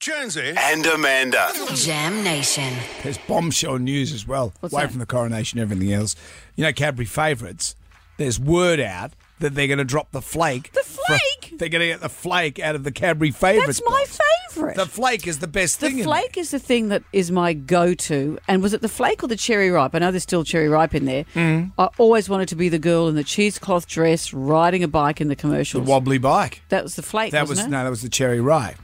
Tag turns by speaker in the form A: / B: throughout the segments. A: Jonesy.
B: and Amanda.
C: Jam Nation.
D: There's bombshell news as well,
E: What's
D: away
E: that?
D: from the coronation, everything else. You know, Cadbury favourites. There's word out that they're going to drop the flake.
E: The
D: fr-
E: flake?
D: they're going to get the flake out of the Cadbury favourites.
E: That's my
D: box.
E: favourite.
D: The flake is the best
E: The
D: thing. in
E: flake is the thing that is my go-to. And was it the flake or the cherry ripe? I know there's still cherry ripe in there.
D: Mm.
E: I always wanted to be the girl in the cheesecloth dress riding a bike in the
D: there.
E: commercials.
D: the wobbly bike.
E: that was the flake.
D: That was
E: wasn't it?
D: no, that was the cherry rye.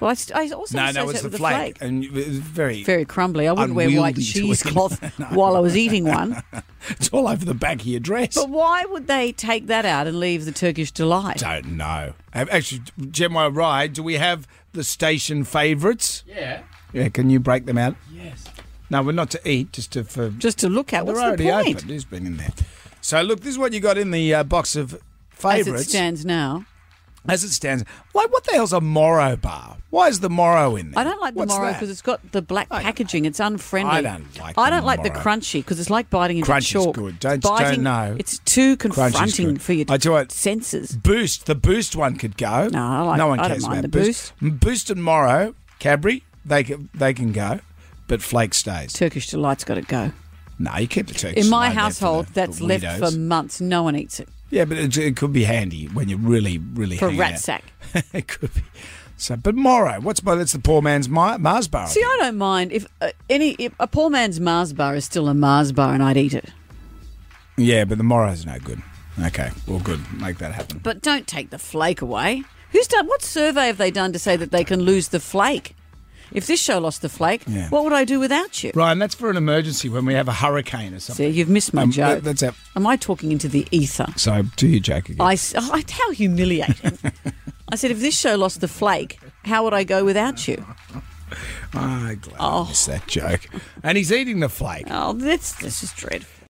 E: Well, I, st- I also
D: No,
E: associate
D: that was
E: it
D: the
E: with
D: flake, and it was very,
E: Very crumbly. I wouldn't wear white
D: Unwieldy to eat.
E: cheesecloth while I was eating one.
D: it's all over the back of your dress.
E: But why would they take that out and leave the Turkish delight?
D: Don't know. Uh, Actually, Gemma Rye, do we have the station favourites?
F: Yeah.
D: Yeah, can you break them out?
F: Yes.
D: No, we're not to eat, just to for
E: Just to look at.
D: They're
E: What's
D: already
E: the point?
D: opened. Who's been in there? So look, this is what you got in the uh, box of
E: As
D: favourites.
E: it stands now,
D: As it stands. Like, what the hell's a Morrow bar? Why is the Morrow in there?
E: I don't like the
D: What's
E: Morrow
D: that?
E: because it's got the black
D: I don't
E: packaging. It's unfriendly.
D: I don't like
E: I
D: the
E: don't like the
D: Morrow.
E: crunchy because it's like biting into
D: Crunchy's
E: chalk.
D: good. Don't-
E: It's biting,
D: don't know.
E: It's too confronting
D: good.
E: for your
D: I tell you what-
E: senses.
D: Boost. The Boost one could go.
E: No, I like-
D: no one
E: I don't
D: cares
E: mind
D: about
E: the
D: Boost. Boost. and Morrow, Cadbury, they can, they can go, but Flake stays.
E: Turkish delight's got to go.
D: No, you keep the Turkish.
E: In
D: delight
E: my
D: there for
E: household,
D: the- the
E: that's left
D: weirdos.
E: for months. No one eats it
D: Yeah, but it, it could be handy when you're really, really
E: for a
D: hanging
E: rat
D: out.
E: sack.
D: it could be. So, but Morrow, what's my? That's the poor man's Ma- Mars bar. I
E: See, I don't mind if uh, any if a poor man's Mars bar is still a Mars bar, and I'd eat it.
D: Yeah, but the morrow's no good. Okay, well, good. Make that happen.
E: But don't take the flake away. Who's done what survey have they done to say that they can lose the flake? If this show lost the flake,
D: Yeah.
E: what would I do without you?
D: Ryan, that's for an emergency when we have a hurricane or
E: See,
D: something.
E: you've missed my
D: Um,
E: joke.
D: that- that's it.
E: Am I talking into the ether?
D: So do your joke again.
E: I, s- oh, I- how humiliating. I said, if this show lost the flake, how would I go without you?
D: I glad I missed that joke. And he's eating the flake.
E: Oh, that's this is dreadful.